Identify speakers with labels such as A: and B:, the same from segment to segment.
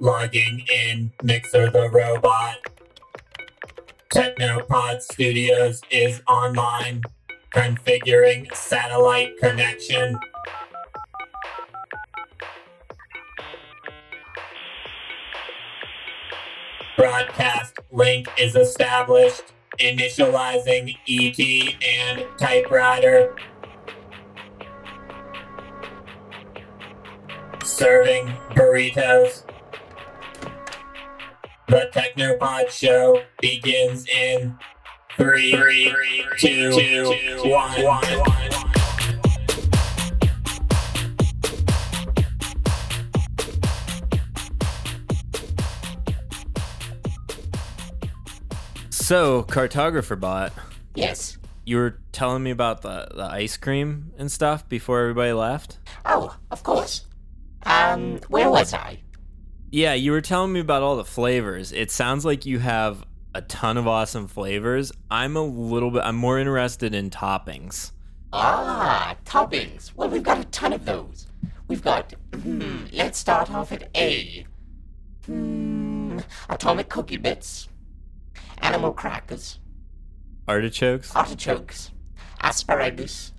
A: logging in Mixer the Robot. Technopod Studios is online, configuring satellite connection. Broadcast link is established, initializing ET and typewriter. Serving burritos. The Technopod Show begins in three, three, two, two, one, one.
B: So, cartographer bot,
C: Yes.
B: you were telling me about the, the ice cream and stuff before everybody left?
C: Oh, of course. Um, where was I?
B: Yeah, you were telling me about all the flavors. It sounds like you have a ton of awesome flavors. I'm a little bit I'm more interested in toppings.
C: Ah, toppings. Well, we've got a ton of those. We've got. Hmm, let's start off at A. Hmm, atomic cookie bits, animal crackers,
B: Artichokes?
C: artichokes, asparagus,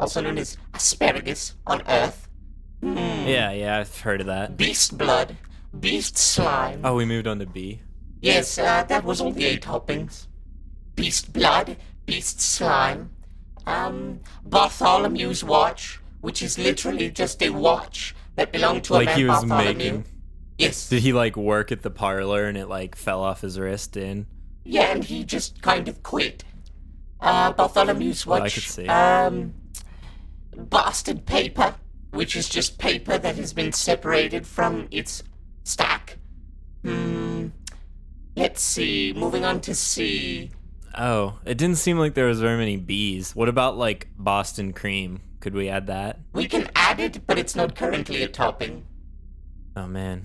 C: also known as asparagus on Earth,
B: Yeah, yeah, I've heard of that.
C: beast blood, beast slime.
B: Oh, we moved on to B.
C: Yes, uh, that was all the eight toppings. Beast blood, beast slime, um, Bartholomew's watch, which is literally just a watch that belonged to a
B: Like
C: man
B: he was
C: Bartholomew.
B: making
C: Yes.
B: Did he like work at the parlor and it like fell off his wrist in?
C: Yeah, and he just kind of quit. Uh, Bartholomew's watch.
B: I could see.
C: Um, bastard paper, which is just paper that has been separated from its stack. Hmm. Let's see. Moving on to C.
B: Oh, it didn't seem like there was very many B's. What about like Boston cream? Could we add that?
C: We can add it, but it's not currently a topping.
B: Oh man.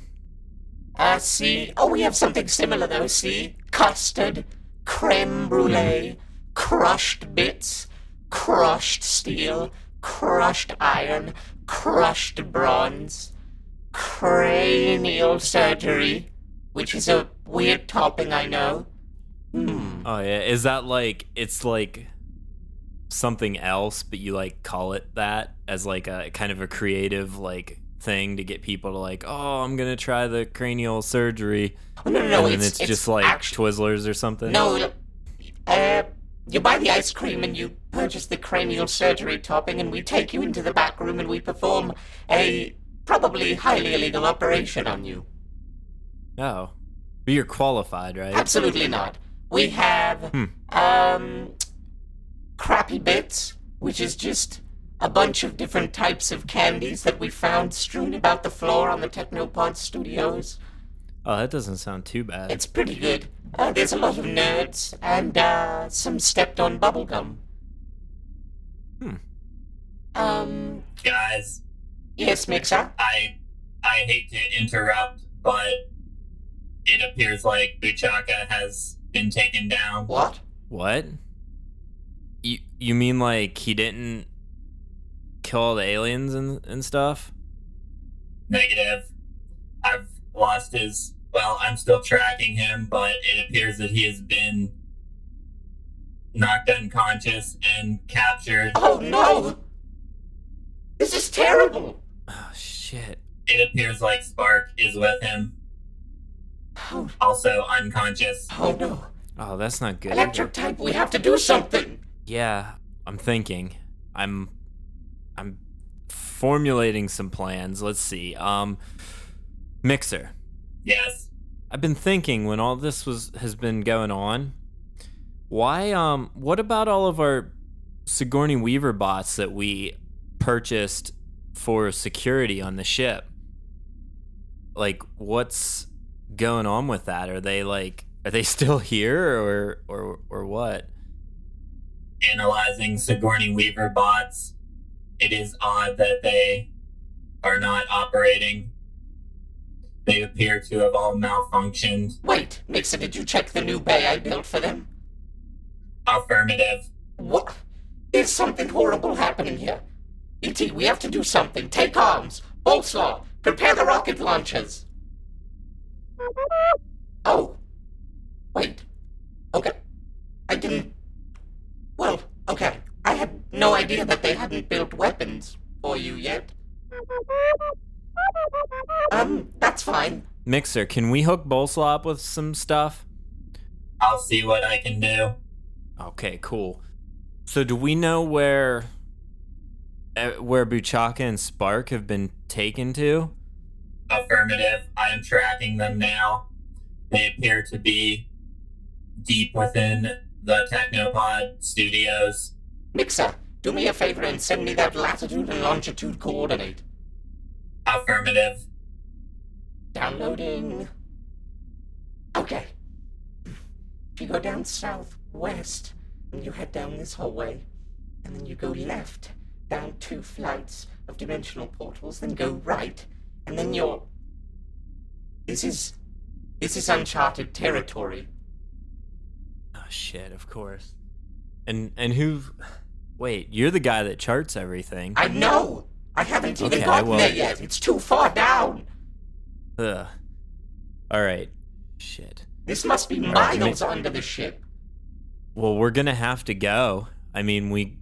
C: Uh, see? Oh, we have something similar though, see? Custard, creme brulee, crushed bits, crushed steel, crushed iron, crushed bronze, cranial surgery, which is a weird topping, I know.
B: Oh yeah, is that like it's like something else, but you like call it that as like a kind of a creative like thing to get people to like, oh, I'm gonna try the cranial surgery,
C: Oh, no, no, no,
B: and then
C: it's,
B: it's, just like
C: actu-
B: Twizzlers or something.
C: No, uh, you buy the ice cream and you purchase the cranial surgery topping, and we take you into the back room and we perform a probably highly illegal operation on you.
B: Oh, but you're qualified, right?
C: Absolutely not. We have
B: Hmm.
C: um, crappy bits, which is just a bunch of different types of candies that we found strewn about the floor on the Technopod Studios.
B: Oh, that doesn't sound too bad.
C: It's pretty good. Uh, there's a lot of nerds and uh, some stepped-on bubblegum.
B: Hmm.
C: Um.
A: Guys,
C: Yes, Mixer.
A: I I hate to interrupt, but it appears like Buchaka has been taken down.
C: What?
B: What? You you mean like he didn't kill all the aliens and and stuff?
A: Negative. I've lost his. Well, I'm still tracking him, but it appears that he has been knocked unconscious and captured.
C: Oh no! This is terrible.
B: Oh shit.
A: It appears like Spark is with him,
C: Oh,
A: also unconscious.
C: oh no!
B: Oh, that's not good.
C: Electric type. We have to do something.
B: Yeah, I'm thinking. I'm I'm formulating some plans. Let's see. Um Mixer.
A: Yes.
B: I've been thinking when all this was has been going on, why um what about all of our Sigourney Weaver bots that we purchased for security on the ship? Like what's going on with that? Are they like are they still here or or or what?
A: analyzing Sigourney Weaver bots, it is odd that they are not operating. They appear to have all malfunctioned.
C: Wait, Mixer. Did you check the new bay I built for them?
A: Affirmative.
C: What? There's something horrible happening here. E E.T., we have to do something. Take arms. Bolslaw, prepare the rocket launchers. Oh. Wait. Okay. I didn't. Well, okay. I had no idea that they hadn't built weapons for you yet. Um, that's fine.
B: Mixer, can we hook Bolsla up with some stuff?
A: I'll see what I can do.
B: Okay, cool. So do we know where eh, where Buchaka and Spark have been taken to?
A: Affirmative. I am tracking them now. They appear to be deep within the Technopod studios.
C: Mixer, do me a favor and send me that latitude and longitude coordinate.
A: Affirmative.
C: Downloading. Okay. If you go down southwest, and you head down this hallway, and then you go left, down two flights of dimensional portals, then go right, and then you're. This is. This is uncharted territory.
B: Oh shit, of course. And and who Wait, you're the guy that charts everything.
C: I know! I haven't even
B: Okay,
C: gotten
B: well-
C: there yet! It's too far down!
B: Ugh. All right. Shit.
C: This must be
B: Alright,
C: miles onto the ship.
B: Well, we're gonna have to go. I mean, we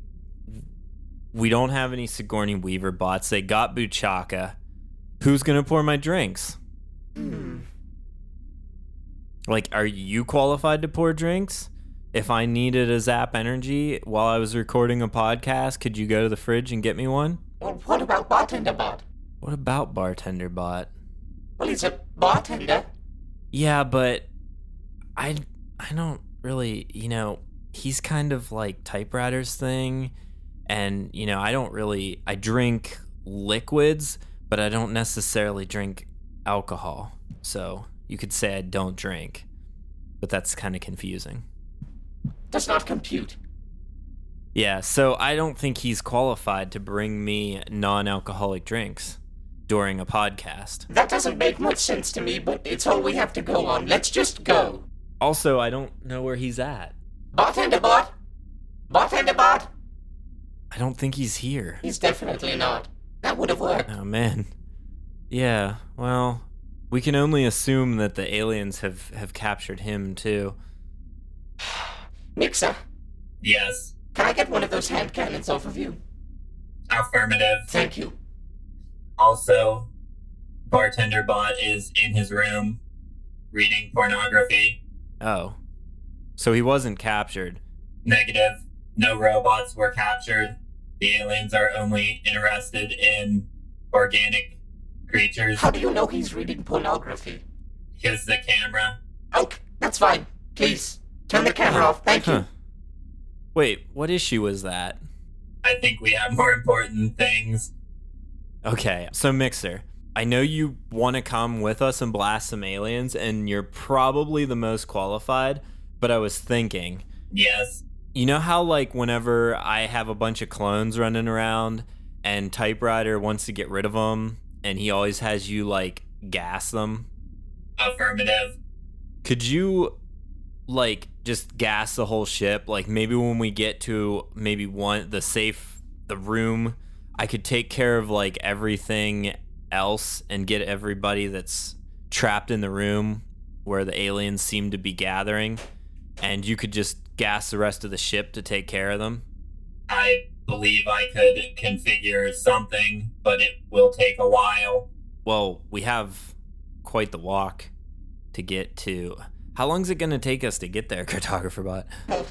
B: we don't have any Sigourney Weaver bots. They got Buchaka. Who's gonna pour my drinks? Like, are you qualified to pour drinks? If I needed a Zap Energy while I was recording a podcast, could you go to the fridge and get me one?
C: Well, what about bartender bot?
B: What about bartender bot?
C: Well, he's a bartender.
B: Yeah, but I I don't really, you know, he's kind of like typewriters thing and you know, I don't really I drink liquids, but I don't necessarily drink alcohol. So, you could say I don't drink. But that's kind of confusing.
C: Does not compute.
B: Yeah, so I don't think he's qualified to bring me non-alcoholic drinks during a podcast.
C: That doesn't make much sense to me, but it's all we have to go on. Let's just go.
B: Also, I don't know where he's at.
C: Bartender bot? Bartender bot?
B: I don't think he's here.
C: He's definitely not. That would have worked.
B: Oh man. Yeah, well, we can only assume that the aliens have have captured him too.
C: Mixer,
A: Yes.
C: can I get one of those hand cannons off of you?
A: Affirmative.
C: Thank you.
A: Also, bartender bot is in his room reading pornography.
B: Oh. So he wasn't captured.
A: Negative. No robots were captured. The aliens are only interested in organic creatures.
C: How do you know he's reading pornography?
A: Here's the camera.
C: Okay, that's fine. Please, turn the camera off. Thank you.
B: Huh. Wait, what issue was that?
A: I think we have more important things.
B: Okay, so Mixer, I know you want to come with us and blast some aliens, and you're probably the most qualified, but I was thinking,
A: Yes.
B: You know how like whenever I have a bunch of clones running around and typewriter wants to get rid of them and he always has you like gas them?
A: Affirmative.
B: Could you like just gas the whole ship? Like maybe when we get to maybe one the safe the room, I could take care of like everything else and get everybody that's trapped in the room where the aliens seem to be gathering and you could just gas the rest of the ship to take care of them?
A: I believe I could configure something, but it will take a while.
B: Well, we have quite the walk to get to. How long's it going to take us to get there, cartographer bot?
C: Well,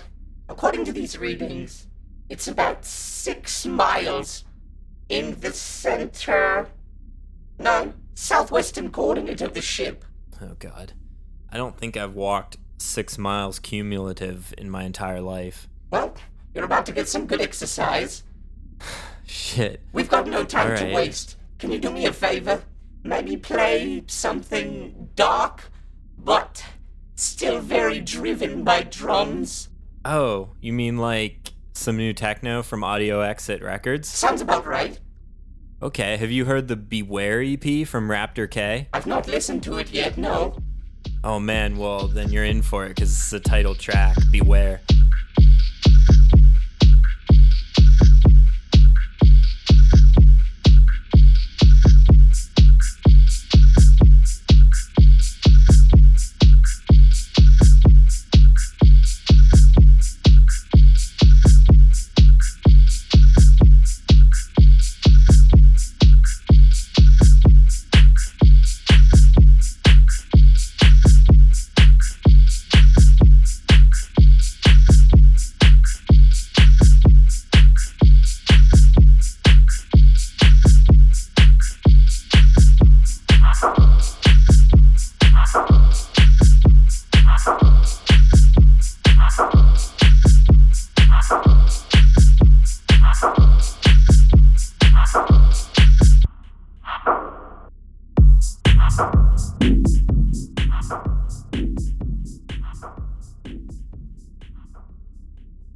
C: according to these readings, it's about six miles in the center. No, southwestern coordinate of the ship.
B: Oh god. I don't think I've walked 6 miles cumulative in my entire life.
C: Well, you're about to get some good exercise.
B: Shit.
C: We've got no time to
B: Alright.
C: waste. Can you do me a favor? Maybe play something dark, but still very driven by drums.
B: Oh, you mean like some new techno from Audio Exit Records?
C: Sounds about right.
B: Okay, have you heard the Beware EP from Raptor K?
C: I've not listened to it yet, no.
B: Oh man, well, then you're in for it cuz it's the title track, Beware.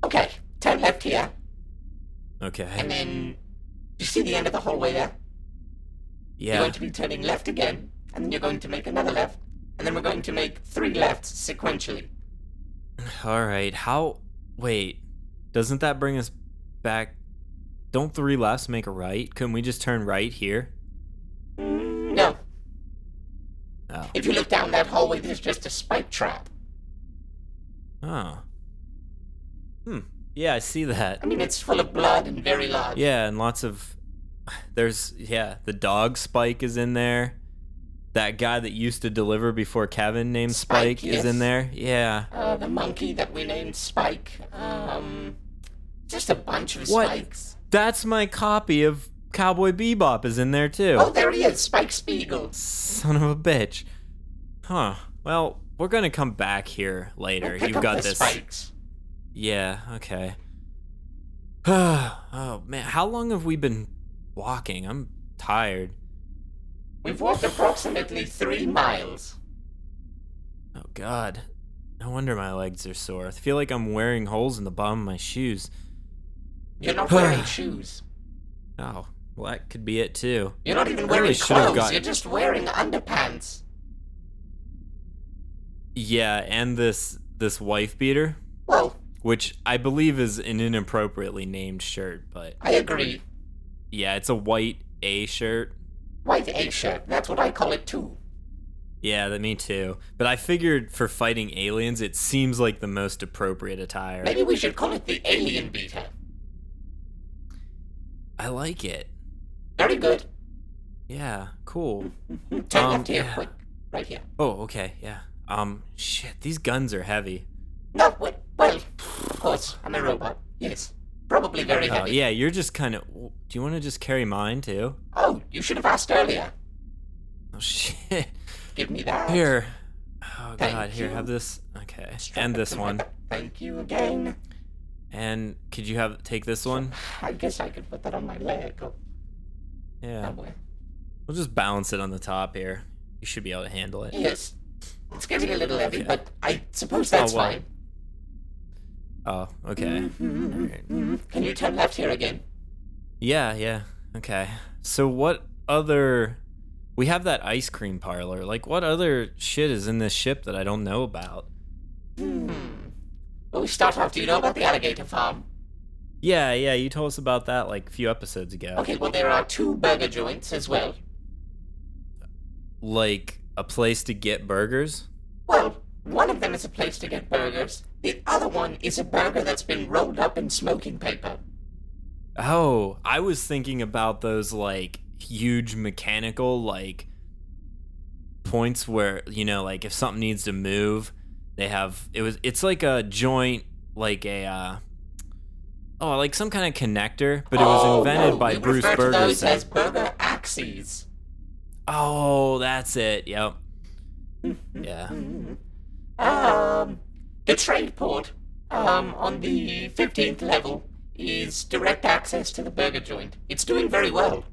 C: Okay, turn left here, and
B: Okay.
C: then you see the end of the hallway there. You're
B: Yeah.
C: going to be turning left again, and then you're going to make another left, and then we're going to make three lefts sequentially.
B: All right. How? Wait. Doesn't that bring us back? Don't three lefts make a right? Couldn't we just turn right here?
C: No,
B: Oh.
C: if you look down that hallway, there's just a spike trap.
B: Oh. Hmm. Yeah, I see that.
C: I mean, it's full of blood and very large.
B: Yeah, and lots of. There's yeah, the dog Spike is in there. That guy that used to deliver before Kevin named Spike,
C: Spike,
B: is in
C: yes.
B: there. Yeah.
C: Uh, the monkey that we named Spike. Um, just a bunch of
B: What?
C: spikes.
B: That's my copy of Cowboy Bebop is in there too.
C: Oh, there he is, Spike Spiegel.
B: Son of a bitch. Huh. Well, we're gonna come back here later.
C: We'll pick
B: You've
C: up
B: got
C: the
B: this.
C: Spikes.
B: Yeah, okay. oh man, how long have we been walking? I'm tired.
C: We've walked approximately three miles.
B: Oh god. No wonder my legs are sore. I feel like I'm wearing holes in the bottom of my shoes.
C: You're not wearing shoes.
B: Oh, well that could be it too.
C: You're not even
B: I really
C: wearing
B: should have
C: clothes.
B: got-
C: You're just wearing underpants.
B: Yeah, and this this wife beater,
C: Well,
B: which I believe is an inappropriately named shirt, but
C: I agree.
B: yeah, it's a white A shirt.
C: White A shirt. That's what I call it too.
B: Yeah, that me too. But I figured for fighting aliens, it seems like the most appropriate attire.
C: Maybe we should call it the Alien Beater.
B: I like it.
C: Very good.
B: Yeah, cool.
C: Turn
B: Um,
C: left here,
B: yeah.
C: quick. Right here.
B: Oh, okay, yeah. Um, shit, these guns are heavy.
C: No, wait, well, of course, I'm a robot. Yes. Probably very
B: Oh,
C: heavy.
B: yeah, you're just kind of. Do you want to just carry mine too?
C: Oh, you should have asked earlier.
B: Oh shit.
C: Give me that.
B: Here. Oh
C: Thank
B: god, here,
C: you.
B: have this. Okay,
C: Strap
B: and
C: it
B: this
C: to my
B: one.
C: back. Thank you again.
B: And could you have take this one?
C: I guess I could put that on my leg or
B: Yeah,
C: somewhere.
B: we'll just balance it on the top here. You should be able to handle it.
C: Yes. It's getting a little heavy, but I suppose that's
B: Oh, well.
C: fine.
B: Oh, okay.
C: Mm-hmm.
B: Alright.
C: Can you turn left here again?
B: Yeah, yeah. Okay. So what other we have that ice cream parlor. Like what other shit is in this ship that I don't know about?
C: Well, we start off. Do you know about the alligator farm?
B: Yeah, yeah, you told us about that like a few episodes ago.
C: Okay, well, there are two burger joints as well.
B: Like a place to get burgers?
C: Well, one of them is a place to get burgers. The other one is a burger that's been rolled up in smoking paper.
B: Oh, I was thinking about those like huge mechanical like points where, you know, like if something needs to move, they have it was it's like a joint like a uh Oh, like some kind of connector, but it was
C: Oh,
B: invented
C: no,
B: by
C: we
B: Bruce
C: refer to those
B: Bergerson.
C: as burger axes.
B: Oh, that's it. Yep. Yeah.
C: Um, the trade port, um, on the 15th level is direct access to the burger joint. It's doing very well.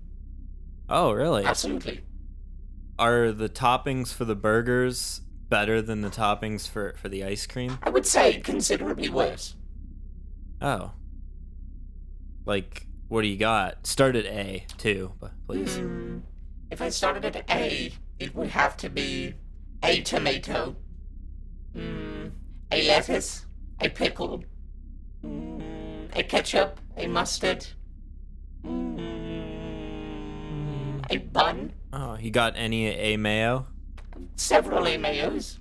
B: Oh, really?
C: Absolutely.
B: Are the toppings for the burgers better than the toppings for for the ice cream?
C: I would say considerably worse.
B: Oh. Like, what do you got? Start at A, too, but please.
C: Mm, if I started at A, it would have to be a tomato, mm, a lettuce, a pickle, mm, a ketchup, a mustard, mm, a bun,
B: Oh, you got any A mayo?
C: several A mayos.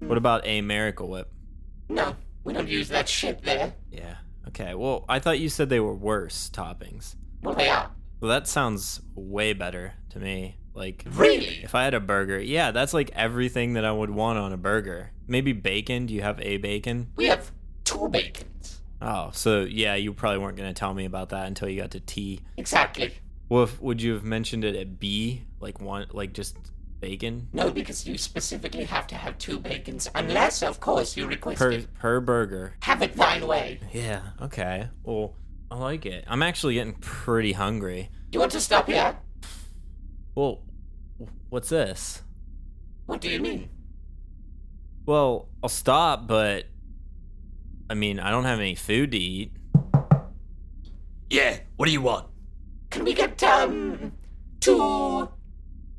B: What about A miracle whip?
C: No, we don't use that shit there.
B: Yeah. Okay. Well, I thought you said they were worse toppings.
C: Well, they are.
B: Well, that sounds way better to me. Like,
C: Really?
B: if I had a burger, yeah, that's like everything that I would want on a burger. Maybe bacon. Do you have a bacon?
C: We have two bacons.
B: Oh, so yeah, you probably weren't going to tell me about that until you got to T.
C: Exactly.
B: Well, if, would you have mentioned it at B? Like one, like just bacon?
C: No, because you specifically have to have two bacons, unless, of course, you request
B: per
C: it.
B: per burger.
C: Have it thine way.
B: Yeah. Okay. Well, I like it. I'm actually getting pretty hungry.
C: You want to stop here?
B: Well, what's this?
C: What do you mean?
B: Well, I'll stop, but I mean, I don't have any food to eat.
D: Yeah, what do you want?
C: Can we get um two?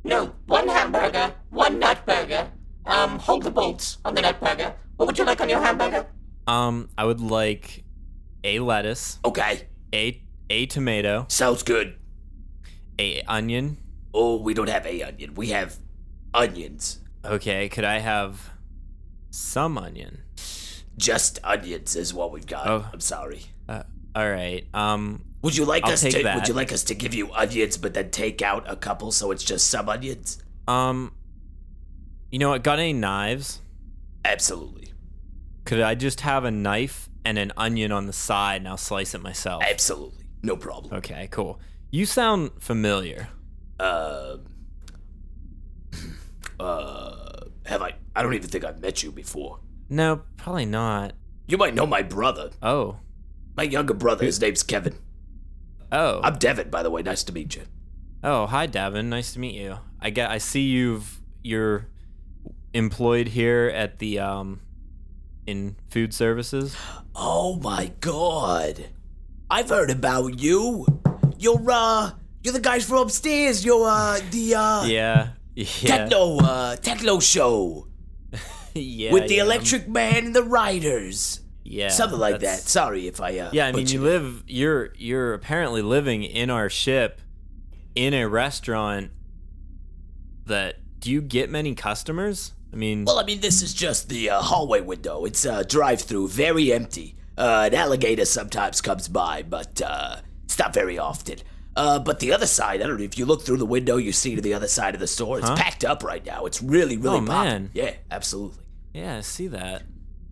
C: No, one hamburger, one nut burger. Um, hold the bolts on the nut burger. What would you like on your hamburger?
B: Um, I would like a lettuce,
D: Okay,
B: a a tomato,
D: sounds good.
B: a onion.
D: Oh, we don't have a onion. We have onions.
B: Okay, could I have some onion?
D: Just onions is what we've got.
B: Oh.
D: I'm sorry.
B: Uh, all right. Um,
D: Would you like
B: I'll
D: us
B: take
D: to
B: that.
D: would you like us to give you onions but then take out a couple so it's just some onions?
B: um, you know what? Got any knives?
D: Absolutely.
B: Could I just have a knife and an onion on the side, and I'll slice it myself?
D: Absolutely. No problem.
B: Okay, cool. You sound familiar.
D: Um uh, have I I don't even think I've met you before.
B: No, probably not.
D: You might know my brother.
B: Oh,
D: My younger brother, his name's Kevin.
B: oh,
D: I'm Devin, by the way. Nice to meet you.
B: oh. Hi, Davin. Nice to meet you. I get. I see you've you're employed here at the um in food services.
D: Oh my god. I've heard about you. You're uh you're the guys from upstairs. You're uh the uh
B: Yeah, yeah,
D: techno uh techno show
B: yeah.
D: with the
B: yeah,
D: electric man and the riders.
B: yeah,
D: Something like that.
B: that's-
D: Sorry if I uh
B: Yeah, I mean, you
D: butchered
B: live. You're you're apparently living in our ship, in a restaurant. That do you get many customers? I mean,
D: Well, I mean, this is just the uh, hallway window. It's a drive-through, very empty. Uh, an alligator sometimes comes by, but uh, it's not very often. Uh, but the other side, I don't know. If you look through the window, you see to the other side of the store. It's
B: Huh?
D: packed up right now. It's really, really
B: Oh,
D: popping.
B: man.
D: Yeah, absolutely.
B: yeah, I see that.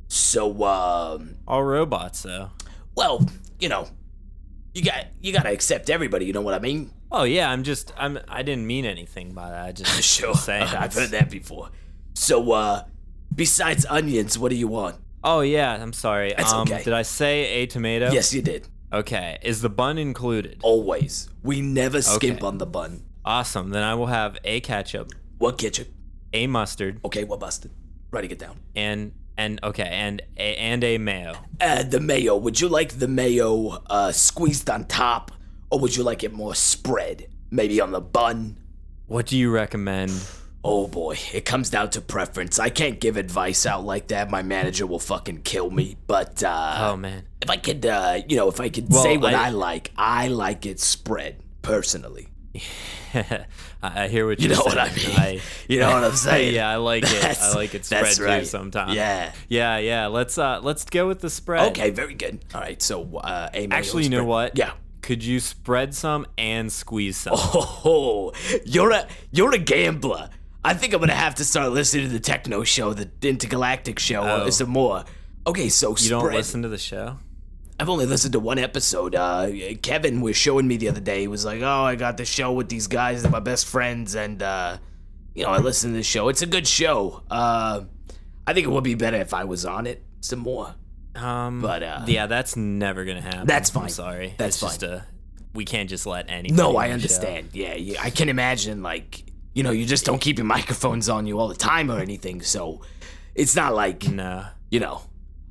D: So, um,
B: All robots, though.
D: well, you know, you got you gotta accept everybody. You know what I mean?
B: Oh yeah, I'm just I'm I didn't mean anything by that. I just
D: Sure,
B: saying.
D: I've heard that before. So, uh, besides onions, what do you want?
B: Oh yeah, I'm sorry.
D: That's
B: um,
D: okay.
B: Did I say a tomato?
D: Yes, you did.
B: Okay. Is the bun included?
D: Always. We never skimp
B: Okay.
D: on the bun.
B: Awesome. Then I will have a ketchup,
D: What ketchup?
B: a mustard,
D: Okay, what mustard? Writing it down.
B: and and okay, and a, and a mayo.
D: Uh, the mayo. Would you like the mayo uh, squeezed on top, or would you like it more spread? Maybe on the bun.
B: What do you recommend?
D: Oh boy, it comes down to preference. I can't give advice out like that. My manager will fucking kill me. But uh,
B: Oh man.
D: if I could, uh, you know, if I could
B: Well,
D: say what
B: I-
D: I, like, I like it spread personally.
B: I I hear what
D: You
B: you're
D: know
B: saying.
D: what I mean? you know what I'm saying?
B: yeah, I like it. I
D: That's-
B: like it spread
D: that's
B: too
D: right.
B: sometimes.
D: Yeah.
B: Yeah, yeah. Let's uh let's go with the spread.
D: Okay, very good. All right, so uh, a mayo
B: Actually, you know
D: spread.
B: what?
D: Yeah.
B: Could you spread some and squeeze some?
D: Oh, you're a you're a gambler. I think I'm gonna have to start listening to the techno show, the intergalactic show,
B: Oh.
D: or some more. Okay, so
B: you
D: spread.
B: don't listen to the show?
D: I've only listened to one episode. Uh, Kevin was showing me the other day. He was like, "Oh, I got the show with these guys. They're my best friends." And uh, you know, I listened to the show. It's a good show. Uh, I think it would be better if I was on it some more.
B: Um,
D: But, uh,
B: yeah, that's never gonna happen.
D: That's
B: I'm
D: fine.
B: sorry,
D: That's
B: it's
D: fine.
B: Just a, we can't just let any.
D: No, I understand. Yeah, yeah, I can imagine. Like, you know, you just don't keep your microphones on you all the time or anything. So, it's not like
B: No.
D: you know.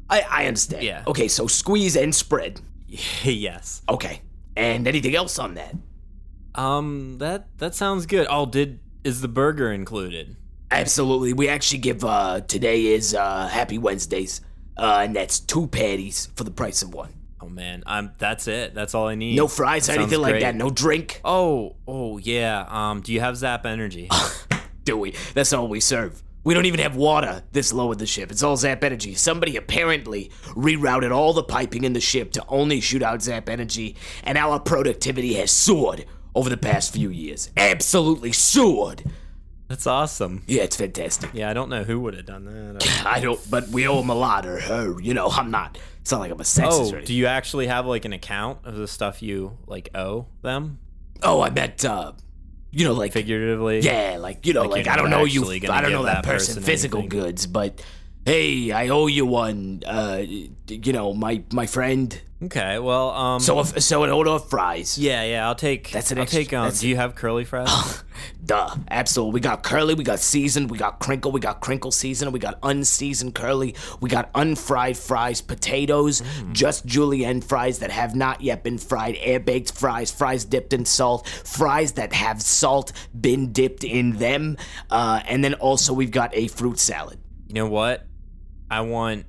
D: I I understand.
B: Yeah.
D: Okay, so squeeze and spread.
B: yes.
D: Okay. And anything else on that?
B: Um, that that sounds good. Oh, did is the burger included?
D: Absolutely. We actually give uh today is uh Happy Wednesdays. Uh, and that's two patties for the price of one.
B: Oh man, I'm. That's it. That's all I need.
D: No fries or
B: Sounds
D: anything like
B: great.
D: that. No drink.
B: Oh, oh yeah. Um, do you have Zap Energy?
D: do we? That's all we serve. We don't even have water this low in the ship. It's all Zap Energy. Somebody apparently rerouted all the piping in the ship to only shoot out Zap Energy, and our productivity has soared over the past few years. Absolutely soared.
B: that's awesome.
D: Yeah, it's fantastic.
B: Yeah, I don't know who would have done that.
D: I don't, but we owe him a lot, or her. You know, I'm not. It's not like I'm a sexist or
B: Oh,
D: anything.
B: do you actually have like an account of the stuff you like owe them
D: oh, I meant, uh, you know, like
B: figuratively?
D: Yeah, like you know,
B: Like,
D: like,
B: you're
D: I don't
B: not
D: know you,
B: actually gonna
D: I don't
B: give
D: know that
B: that
D: person,
B: person
D: physical
B: anything.
D: goods, but hey, I owe you one. Uh, you know, my my friend.
B: Okay, well, um,
D: So if, so an order of fries.
B: yeah, yeah, I'll take.
D: That's an
B: I'll
D: extra-
B: take. Um,
D: that's-
B: do you have curly fries?
D: Duh, absolutely. We got curly, we got seasoned, we got crinkle, we got crinkle seasoned, we got unseasoned curly, we got unfried fries, potatoes,
B: Mm.
D: just julienne fries that have not yet been fried, air baked fries, fries dipped in salt, fries that have salt been dipped in them, uh, and then also we've got a fruit salad.
B: you know what? I want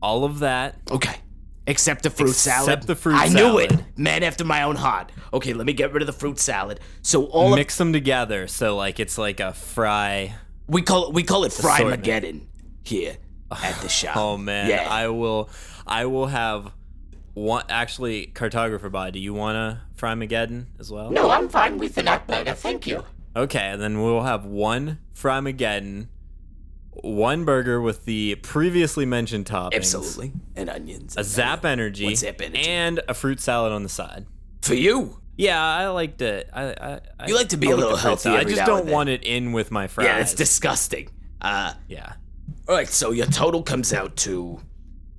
B: all of that.
D: Okay. Except the fruit salad.
B: the fruit
D: I knew it.
B: salad.
D: Man after my own heart. Okay, let me get rid of the fruit salad. So all of,
B: mix them together so like it's like a fry.
D: we call it we call it fry
B: Assortment.
D: mageddon here at the shop.
B: Oh man,
D: Yeah.
B: I will. I will have one. Actually, cartographer body. Do you want to fry Mageddon as well?
C: No, I'm fine with the nut burger, thank you.
B: Okay, then we'll have one fry Mageddon, one burger with the previously mentioned toppings,
D: Absolutely. And onions.
B: a Zap Energy,
D: One Zap Energy.
B: and a fruit salad on the side.
D: For you.
B: Yeah, I like to. I, I, I
D: You like to be
B: I
D: a
B: the
D: little
B: fruit
D: healthy
B: salad. I
D: every
B: just
D: now
B: don't
D: and then.
B: want it in with my fries.
D: Yeah, it's disgusting. Uh
B: Yeah.
D: all right, so your total comes out to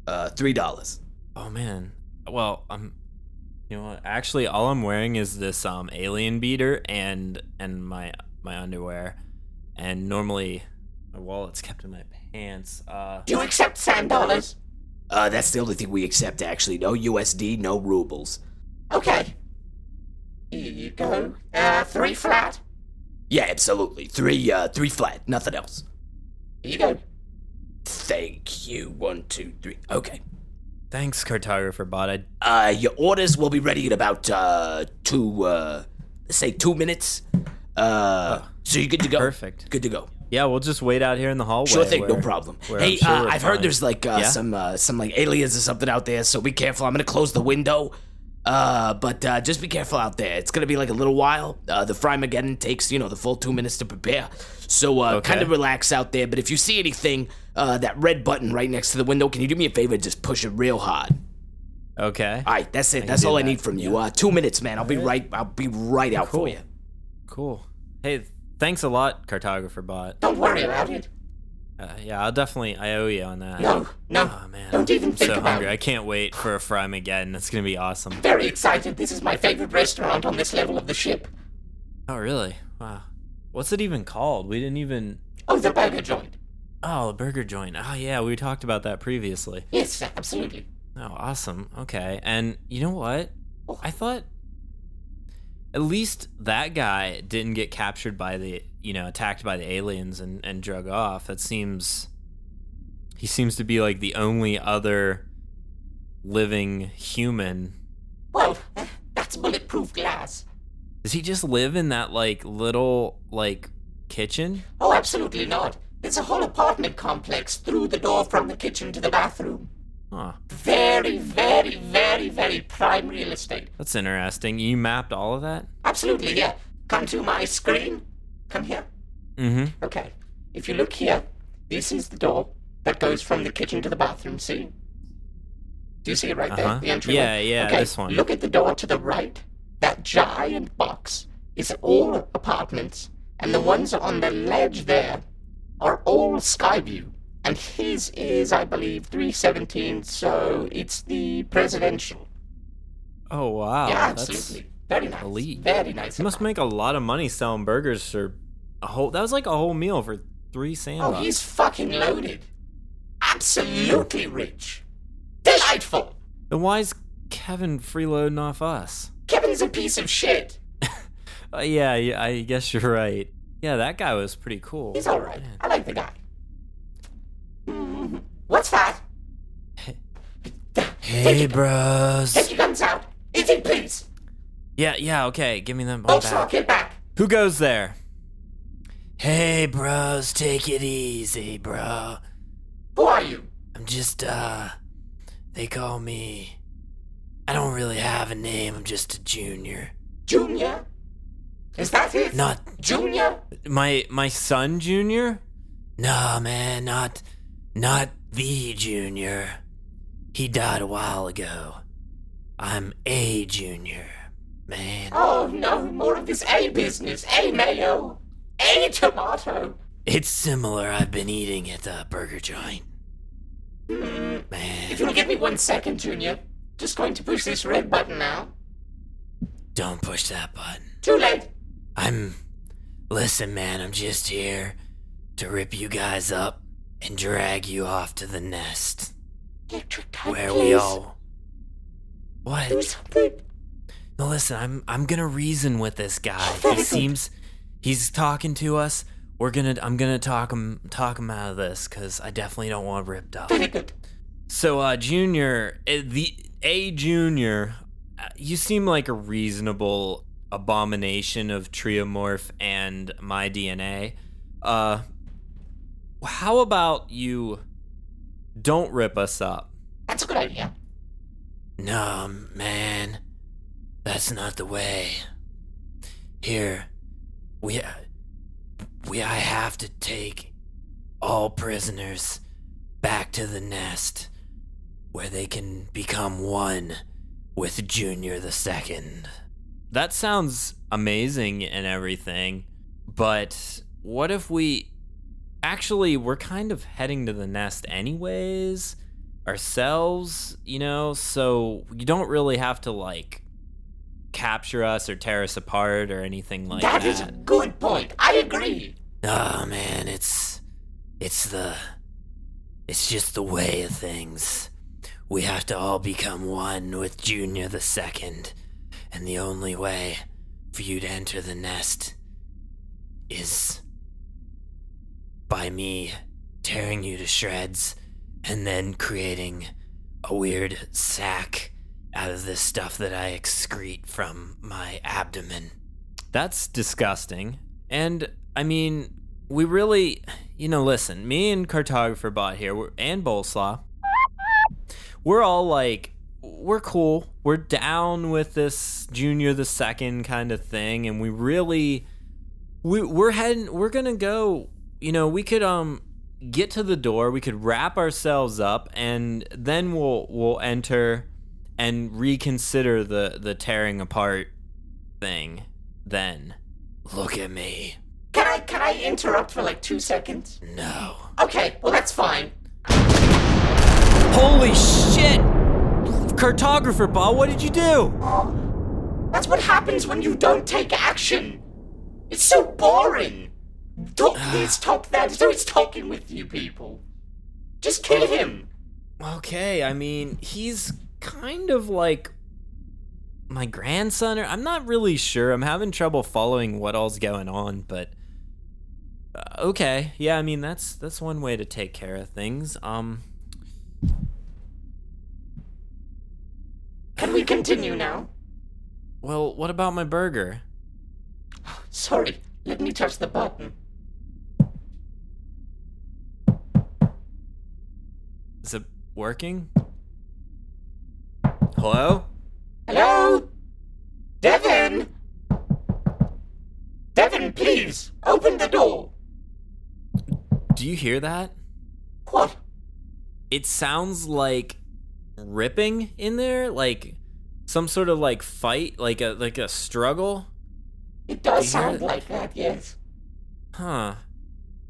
D: uh three dollars.
B: Oh man. Well, I'm. You know what? Actually, all I'm wearing is this um alien beater and and my my underwear, and normally my wallet's kept in my pants. Uh,
C: Do you accept sand dollars?
D: Uh that's the only thing we accept actually. No USD, no rubles.
C: Okay. Here you go. Uh, three flat.
D: Yeah, absolutely. Three uh three flat, nothing else.
C: Here you go.
D: Thank you. One, two, three. Okay.
B: thanks, cartographer bot. I
D: Uh, your orders will be ready in about uh two uh say two minutes. Uh, so you're good to go.
B: Oh. perfect.
D: Good to go.
B: Yeah, we'll just wait out here in the hallway.
D: Sure thing, no
B: where-
D: problem.
B: where
D: hey,
B: I'm sure
D: uh,
B: we're
D: I've heard
B: fine.
D: there's like uh,
B: Yeah?
D: some uh, some like aliens or something out there, so be careful. I'm gonna close the window. Uh, but uh, just be careful out there. It's gonna be like a little while. Uh, the Frymageddon takes you know the full two minutes to prepare, so uh,
B: Okay.
D: kind of relax out there. But if you see anything, uh, that red button right next to the window, can you do me a favor? and Just push it real hard.
B: Okay.
D: All right, that's it. That's
B: do
D: all I
B: that.
D: need from you. Uh, two minutes, man. I'll be right. I'll be right out
B: Cool.
D: for you.
B: Cool. Hey, thanks a lot, cartographer bot.
C: Don't worry about it.
B: Uh, yeah, I'll definitely I owe you on that.
C: No, no.
B: Oh man,
C: Don't even
B: I'm
C: think
B: so
C: about
B: hungry.
C: it.
B: I can't wait for a fry Mageddon. It's gonna be awesome.
C: Very excited. This is my favorite restaurant on this level of the ship.
B: Oh, really? Wow. What's it even called? We didn't even.
C: Oh, the burger joint.
B: Oh, the burger joint. Oh, yeah, we talked about that previously.
C: Yes, absolutely.
B: Oh, awesome. Okay. And you know what? I thought at least that guy didn't get captured by the, you know, attacked by the aliens and, and drug off. That seems. He seems to be like the only other living human.
C: Well, eh, that's bulletproof glass.
B: Does he just live in that, like, little, like, kitchen?
C: Oh, absolutely not. There's a whole apartment complex through the door from the kitchen to the bathroom.
B: Huh.
C: Very, very, very, very prime real estate.
B: That's interesting. You mapped all of that?
C: Absolutely, yeah. Come to my screen. Come here.
B: Mm hmm.
C: Okay. If you look here, this is the door that goes from the kitchen to the bathroom. See? Do you see it right
B: Uh-huh.
C: there? The entryway.
B: Yeah, yeah,
C: Okay.
B: this one.
C: Look at the door to the right. That giant box is all apartments, and the ones on the ledge there are all Skyview. And his is, I believe, 317, so it's the presidential.
B: Oh wow,
C: yeah,
B: that's
C: absolutely. Very nice.
B: elite.
C: Very nice.
B: he must make a lot of money selling burgers for a whole. That was like a whole meal for three
C: Oh,
B: sandwiches.
C: he's fucking loaded. Absolutely rich. Delightful.
B: then why is Kevin freeloading off us?
C: Kevin's a piece of shit.
B: Uh, yeah, yeah, I guess you're right. Yeah, that guy was pretty cool.
C: He's alright. I like the guy. Mhm. What's that?
B: Hey,
C: Take
B: bros.
C: your guns out. Eat it, please.
B: Yeah, yeah, okay. Give me them all
C: Both rock
B: back.
C: it back.
B: Who goes there? Hey, bros. Take it easy, bro.
C: Who are you?
B: I'm just, uh, they call me. I don't really have a name. I'm just a junior.
C: Junior? Is that it?
B: Not
C: Junior?
B: my my son junior? Nah, man, not not the junior. He died a while ago. I'm a junior, man.
C: Oh no, more of this A business. A mayo. A tomato.
B: It's similar. I've been eating at the burger joint.
C: If you'll give me one second, Junior, just going to push this red button now.
B: Don't push that button.
C: Too late.
B: I'm. Listen, man, I'm just here to rip you guys up and drag you off to the nest
C: Electric type,
B: where
C: please.
B: we all.
C: Do
B: What?
C: something.
B: No, listen, I'm I'm gonna reason with this guy.
C: Very
B: He
C: good.
B: seems he's talking to us. We're gonna I'm gonna talk him talk him out of this because I definitely don't want ripped up.
C: Very good.
B: So, uh, Junior, uh, the A Junior, uh, you seem like a reasonable abomination of Triomorph and my DNA. Uh, how about you don't rip us up?
C: That's a good idea.
B: No, man, that's not the way. Here, we, we, I have to take all prisoners back to the nest, where they can become one with Junior the Second. That sounds amazing and everything, but what if we? Actually, we're kind of heading to the nest anyways ourselves, you know, so you don't really have to like capture us or tear us apart or anything like that.
C: that is a good point. I agree.
B: Oh man, it's it's the it's just the way of things. We have to all become one with Junior the Second, and the only way for you to enter the nest is by me tearing you to shreds and then creating a weird sack out of this stuff that I excrete from my abdomen. That's disgusting. And I mean, we really, you know, listen, me and Cartographer Bot here we're, and Bolslaw, we're all like, we're cool. We're down with this Junior the Second kind of thing. And we really, we, we're heading, we're going to go, you know, we could, um, get to the door we could wrap ourselves up and then we'll we'll enter and reconsider the the tearing apart thing then. Look at me.
C: Can I can I interrupt for like two seconds?
B: No.
C: Okay, well that's fine.
B: Holy shit! Cartographer Ball, what did you do?
C: That's what happens when you don't take action. It's so boring. Don't
B: Ah.
C: please talk that. So it's talking with you people. Just kill him.
B: Okay, I mean, he's kind of like my grandson or I'm not really sure. I'm having trouble following what all's going on, but uh, okay. Yeah, I mean, that's that's one way to take care of things. Um
C: Can we continue now?
B: well, what about my burger?
C: Sorry, let me touch the button.
B: Is it working? Hello?
C: Hello? Devin? Devin, please, open the door.
B: Do you hear that?
C: What?
B: it sounds like ripping in there, like some sort of like fight, like a like a struggle.
C: It does
B: Do you hear
C: sound
B: that?
C: like that, yes.
B: Huh.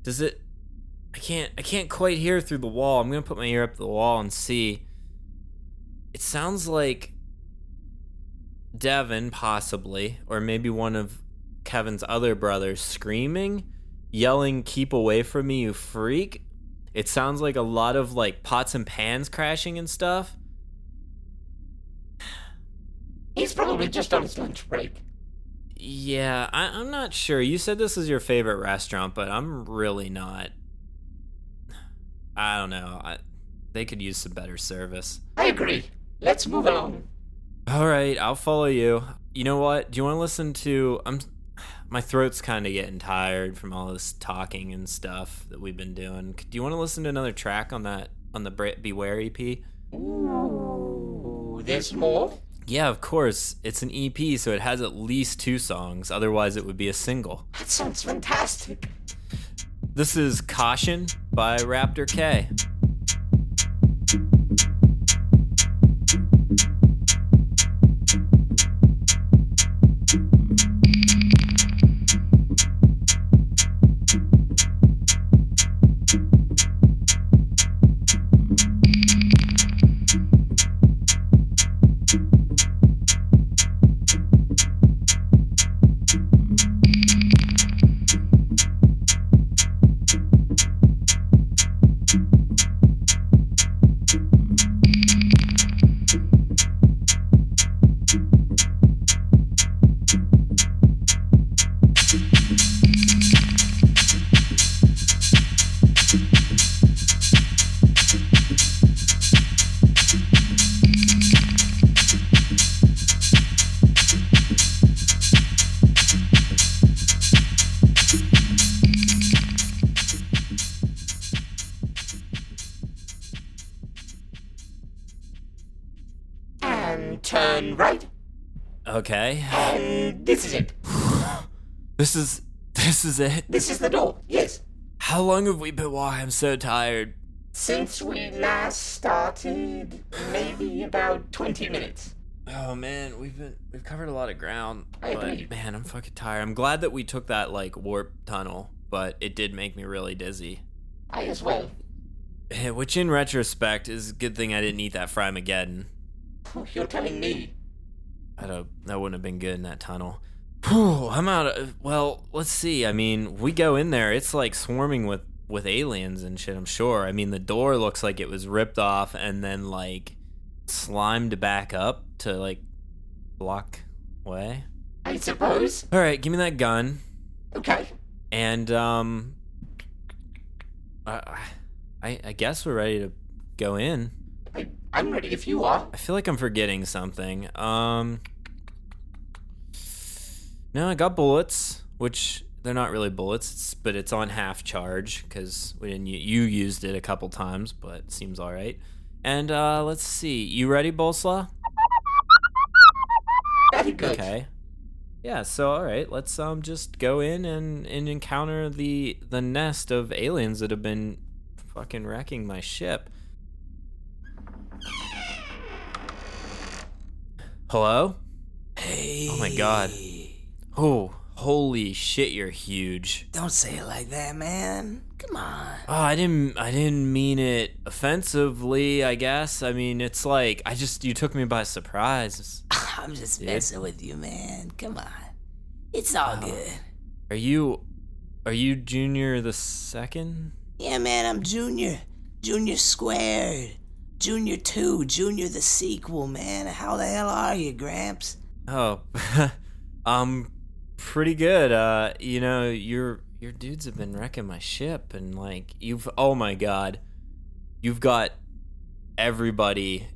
B: Does it I can't I can't quite hear through the wall. I'm going to put my ear up to the wall and see. It sounds like Devin possibly or maybe one of Kevin's other brothers screaming, yelling, "Keep away from me, you freak." It sounds like a lot of like pots and pans crashing and stuff.
C: He's probably just on his lunch break.
B: Yeah, I, I'm not sure. You said this is your favorite restaurant, but I'm really not. I don't know. I, they could use some better service.
C: I agree. Let's move along.
B: All right, I'll follow you. You know what? Do you want to listen to? I'm. My throat's kind of getting tired from all this talking and stuff that we've been doing. Do you want to listen to another track on that on the Bra- Beware E EP?
C: Ooh, there's more?
B: Yeah, of course. It's an EP, so it has at least two songs. Otherwise, it would be a single.
C: That sounds fantastic.
B: This is Caution by Raptor K.
E: Thank
C: turn right,
B: Okay.
C: and this is it.
B: This is this is it.
C: This is the door. Yes.
B: How long have we been walking? I'm so tired.
C: Since we last started, maybe about 20 minutes.
B: Oh man, we've been we've covered a lot of ground.
C: I
B: But
C: agree.
B: man, I'm fucking tired. I'm glad that we took that like warp tunnel, but it did make me really dizzy.
C: I as well.
B: Eh, Which in retrospect is a good thing I didn't eat that fry Mageddon.
C: You're telling me.
B: I'd have, that wouldn't have been good in that tunnel. Whew, I'm out of. Well, let's see. I mean, we go in there. It's like swarming with with aliens and shit. I'm sure. I mean, the door looks like it was ripped off and then like slimed back up to like block way.
C: I suppose.
B: All right, give me that gun
C: Okay.
B: and um. I I, I guess we're ready to go in.
C: I, I'm ready if you are.
B: I feel like I'm forgetting something. Um No, I got bullets, which they're not really bullets, it's, but it's on half charge cuz we didn't u- you used it a couple times, but it seems all right. And uh let's see. You ready, Bolsla?
C: Very good.
B: Okay. Yeah, so all right, let's um just go in and and encounter the the nest of aliens that have been fucking wrecking my ship. Hello?
E: Hey.
B: Oh my God. Oh, holy shit, you're huge.
E: Don't say it like that, man. Come on.
B: Oh, I didn't I didn't mean it offensively, I guess. I mean, it's like I just you took me by surprise.
E: I'm just messing with you, man. Come on. It's all
B: Uh-huh.
E: good.
B: Ah. Are you are you junior the second?
E: Yeah, man, I'm Junior. Junior squared. Junior 2, Junior the sequel, man. How the hell are you, Gramps?
B: Oh, um, pretty good. Uh, you know, your your dudes have been wrecking my ship, and like you've oh my god, you've got everybody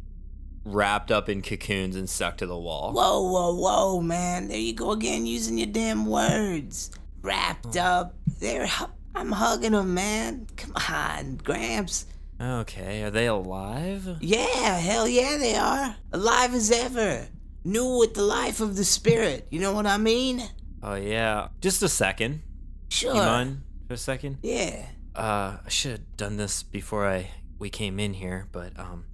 B: wrapped up in cocoons and stuck to the wall.
E: Whoa, whoa, whoa, man. There you go again using your damn words. Wrapped up. There, hu- I'm hugging them, man. Come on, Gramps.
B: Okay, are they alive?
E: Yeah, hell yeah, they are. Alive as ever. New with the life of the spirit. You know what I mean?
B: Oh yeah, just a second.
E: Sure.
B: You mind for a second?
E: Yeah.
B: Uh, I should have done this before I we came in here, but um,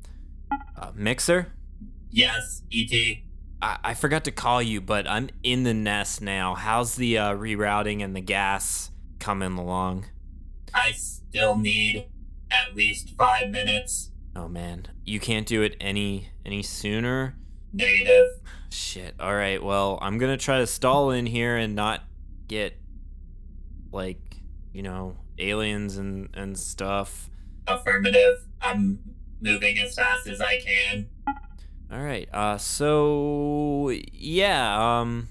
B: uh, mixer.
A: Yes, ET.
B: I, I forgot to call you, but I'm in the nest now. How's the uh, rerouting and the gas coming along?
A: I still need at least five minutes.
B: Oh man, you can't do it any any sooner.
A: Negative.
B: Shit. All right. Well, I'm gonna try to stall in here and not get like you know aliens and and stuff.
A: Affirmative. I'm moving as fast as I can.
B: All right. Uh. So yeah. Um.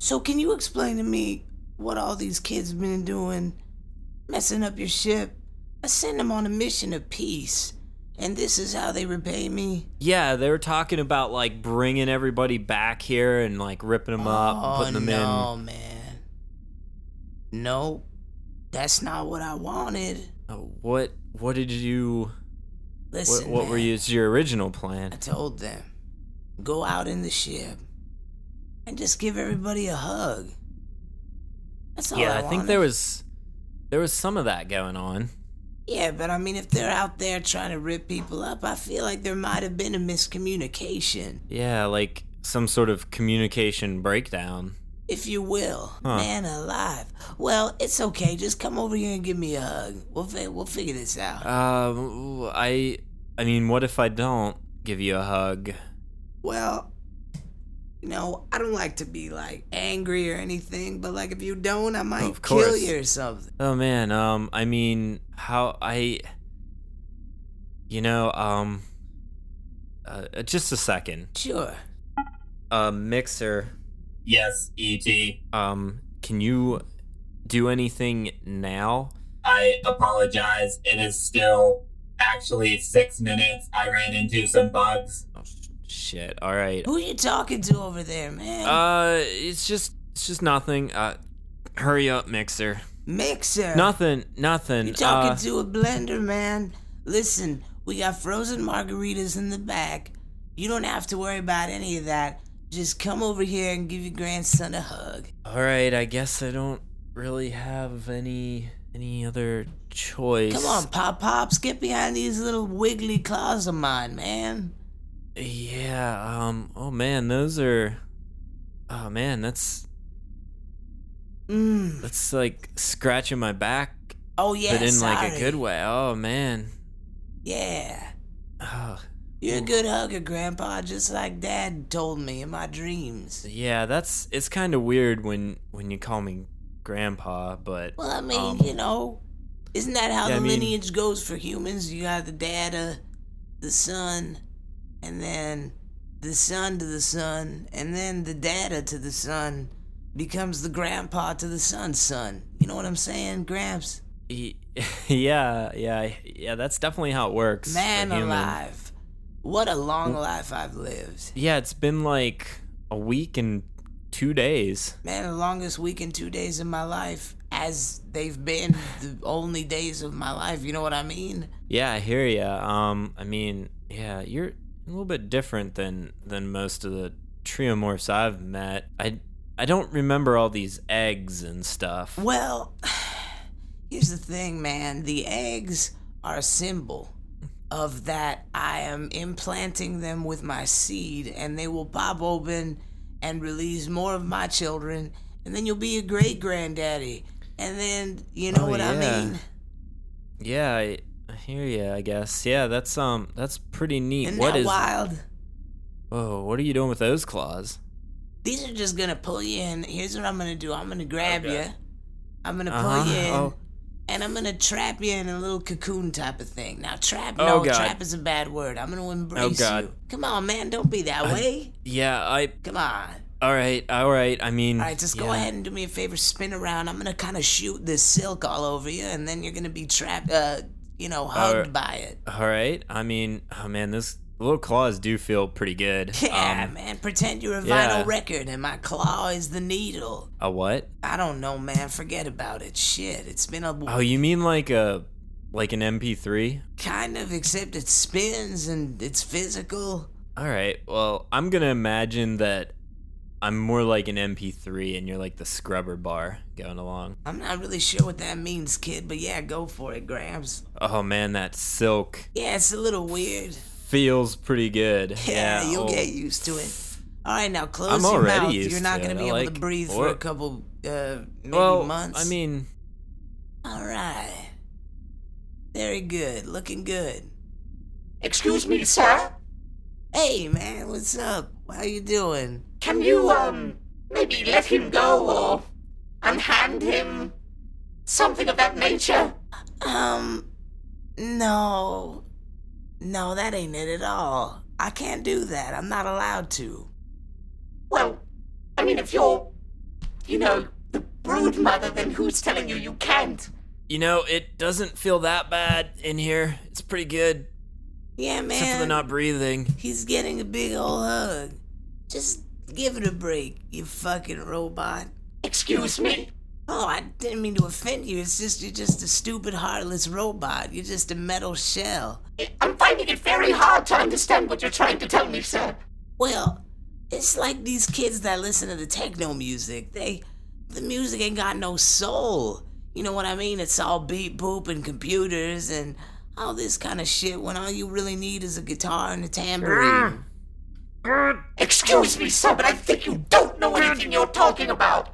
E: So, can you explain to me what all these kids been doing, messing up your ship? I send them on a mission of peace, and this is how they repay me.
B: Yeah, they were talking about like bringing everybody back here and like ripping them up, and putting them in
E: Oh, no, man. No, that's not what I wanted.
B: Uh, what what did you what,
E: Listen,
B: what were
E: man,
B: you it's your original
E: I
B: plan
E: told them, go out in the ship and just give everybody a hug. That's all
B: yeah
E: I,
B: i think
E: wanted.
B: there was there was some of that going on
E: Yeah, but I mean, if they're out there trying to rip people up, I feel like there might have been a miscommunication,
B: yeah like some sort of communication breakdown
E: if you will.
B: Huh.
E: Man alive. Well, it's okay. Just come over here and give me a hug. We'll fi- we'll figure this out.
B: um ooh, i i mean what if i don't give you a hug
E: well, you know, I don't like to be like angry or anything, but like if you don't, I might
B: Of
E: kill
B: course.
E: you or something.
B: oh man um i mean how i you know um uh, uh, just a second
E: Sure.
B: uh mixer
A: Yes, ET.
B: um can you do anything now
A: I apologize. It is still actually six minutes. I ran into some bugs.
B: Shit. All right.
E: Who you talking to over there, man?
B: Uh, it's just it's just nothing. Uh, hurry up, mixer.
E: Mixer.
B: Nothing. Nothing.
E: You talking
B: uh,
E: to a blender, man? Listen, we got frozen margaritas in the back. You don't have to worry about any of that. Just come over here and give your grandson a hug.
B: All right, I guess I don't really have any any other choice.
E: Come on, Pop Pops, get behind these little wiggly claws of mine, man.
B: Yeah. Um. Oh man, those are. Oh man, that's
E: Mm.
B: that's like scratching my back,
E: Oh yeah,
B: but in like a
E: sorry.
B: good way. Oh man.
E: Yeah,
B: Oh,
E: you're a good hugger, Grandpa, just like Dad told me in my dreams.
B: yeah. That's it's kind of weird when when you call me grandpa, but
E: Well, I mean,
B: Um,
E: you know, isn't that how
B: yeah,
E: the
B: I mean-
E: lineage goes for humans? You got the dad to the son, and then the son to the son, and then the data to the son becomes the grandpa to the son's son. You know what I'm saying, Gramps?
B: y- yeah, yeah, yeah. That's definitely how it works. for
E: Man
B: humans.
E: alive. What a long life I've lived.
B: Yeah, it's been like a week and two days.
E: Man, the longest week and two days of my life, as they've been the only days of my life. You know what I mean?
B: Yeah, I hear ya. Um, I mean, yeah, you're a little bit different than than most of the triomorphs I've met. I I don't remember all these eggs and stuff.
E: Well, here's the thing, man. The eggs are a symbol of that I am implanting them with my seed, and they will pop open and release more of my children, and then you'll be a great granddaddy. And then, you know
B: Oh,
E: what I
B: yeah.
E: mean?
B: Yeah, I, I hear ya. I guess. Yeah, that's um, that's pretty neat.
E: Isn't
B: What
E: that
B: is?
E: wild?
B: Oh, what are you doing with those claws?
E: These are just gonna pull you in. Here's what I'm gonna do I'm gonna grab
A: Okay.
E: you, I'm gonna pull
B: Uh-huh.
E: you in.
B: Oh.
E: And I'm gonna trap you in a little cocoon type of thing. Now, trap,
B: Oh,
E: no,
B: God. Oh,
E: trap is a bad word. I'm gonna embrace
B: God.
E: you. Come on, man, don't be that way.
B: Yeah, I.
E: Come on.
B: All right, all right. I mean,
E: All right, just go
B: yeah.
E: ahead and do me a favor, spin around. I'm gonna kind of shoot this silk all over you, and then you're gonna be trapped, uh, you know, hugged by it.
B: All right. I mean, oh man, those little claws do feel pretty good.
E: Yeah,
B: Um,
E: man, pretend you're a
B: yeah.
E: vinyl record, and my claw is the needle.
B: a what?
E: I don't know, man. Forget about it. Shit, it's been a
B: Oh, you mean like a like an MP3?
E: kind of, except it spins and it's physical.
B: All right. Well, I'm gonna imagine that I'm more like an MP3, and you're like the scrubber bar going along.
E: I'm not really sure what that means, kid, but yeah, go for it, Grams.
B: Oh man, that silk
E: Yeah, it's a little weird.
B: feels pretty good.
E: Yeah, you'll
B: oh,
E: get used to it. All right, now close
B: I'm
E: your
B: already
E: mouth.
B: used
E: You're not
B: to
E: gonna
B: it.
E: be
B: I
E: able to
B: like
E: breathe for a
B: work.
E: couple, uh, maybe
B: Well,
E: months.
B: I mean,
E: all right, very good, looking good.
C: Excuse me, sir.
E: Hey, man, what's up? How you doing?
C: Can you, um, maybe let him go or unhand him? Something of that nature.
E: Um, no, no, that ain't it at all. I can't do that. I'm not allowed to.
C: Well, I mean, if you're, you know, the brood mother, then who's telling you you can't?
B: you know, it doesn't feel that bad in here. It's pretty good,
E: Yeah, man.
B: except for the not breathing.
E: He's getting a big old hug. Just give it a break, you fucking robot.
C: Excuse me?
E: Oh, I didn't mean to offend you. It's just you're just a stupid, heartless robot. You're just a metal shell.
C: I- I'm finding it very hard to understand what you're trying to tell me, sir.
E: Well, it's like these kids that listen to the techno music. They, the music ain't got no soul. You know what I mean? It's all beat boop and computers and all this kind of shit. When all you really need is a guitar and
C: Ah.
E: a tambourine.
C: Excuse me, sir, but I think you don't know anything you're talking about.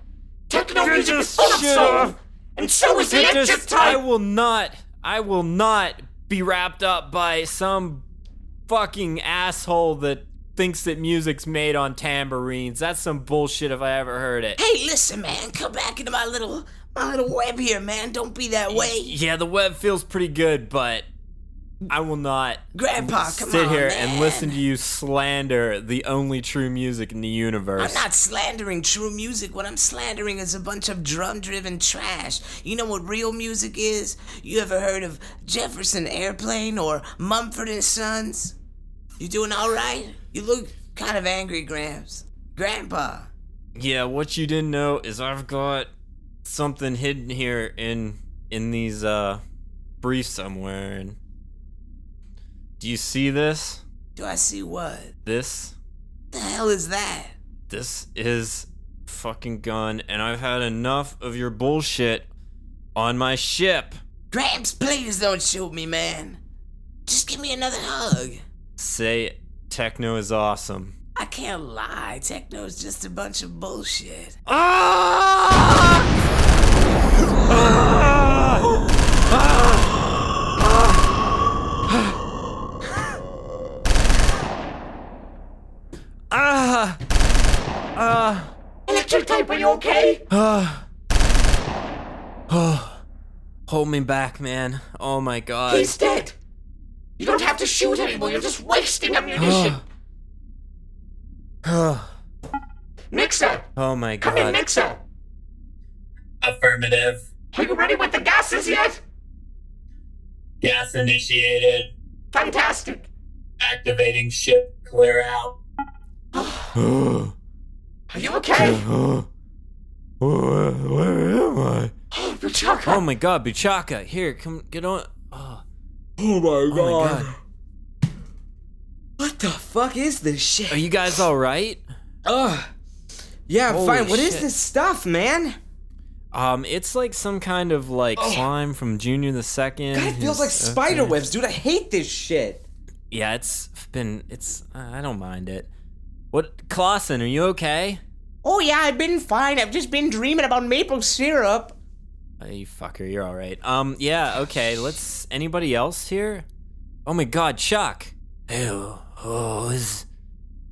C: Techno music is
B: just
C: full of
B: shut
C: soul,
B: up.
C: and so is the
B: It
C: ancient
B: just- I
C: time.
B: will not. I will not be wrapped up by some fucking asshole that thinks that music's made on tambourines. That's some bullshit if I ever heard it.
E: Hey, listen, man, come back into my little, my little web here, man. Don't be that way.
B: Yeah, the web feels pretty good, but I will not
E: Grandpa, come
B: sit
E: on,
B: here
E: man.
B: and listen to you slander the only true music in the
E: I'm
B: universe.
E: not slandering true music. What I'm slandering is a bunch of drum-driven trash. You know what real music is? You ever heard of Jefferson Airplane or Mumford and Sons? You doing all right? You look kind of angry, Gramps. Grandpa,
B: yeah, what you didn't know is I've got something hidden here in in these uh briefs somewhere and do you see this?
E: Do I see what?
B: This
E: The hell is that?
B: this is fucking gun and I've had enough of your bullshit on my ship.
E: Gramps, please don't shoot me, man. Just give me another hug.
B: Say it. techno is awesome.
E: I can't lie. Techno's just a bunch of bullshit.
B: Ah! Ah!
C: Electric type, are you okay?
B: Ah! Oh. Hold me back, man. Oh my god.
C: He's dead. You don't have to shoot anymore. You're just wasting ammunition.
B: oh
C: Mixer,
B: my
C: come in,
B: god.
C: Mixer.
A: Affirmative.
C: Are you ready with the gases yet?
A: Gas initiated.
C: Fantastic.
A: Activating ship clear out.
C: Are you okay?
B: Where am I?
C: Oh, Buchaka.
B: Oh my god, Buchaka. Here, come get on. Oh,
F: Oh my
B: oh my
F: god.
B: god.
F: What the fuck is this shit?
B: Are you guys alright?
F: Ugh. Yeah, I'm
B: Holy
F: fine. What is
B: shit.
F: this stuff, man?
B: Um, it's like some kind of like slime from Junior the Second.
F: Oh. God, it feels
B: who's-
F: like spider
B: okay.
F: webs, dude. I hate this shit.
B: Yeah, it's been. It's. I don't mind it. What, Clausen? Are you okay?
F: Oh yeah, I've been fine. I've just been dreaming about maple syrup.
B: Oh, you fucker, you're all right. Um, yeah, okay. Let's. Anybody else here? Oh my God, Chuck. Ew. Oh, is,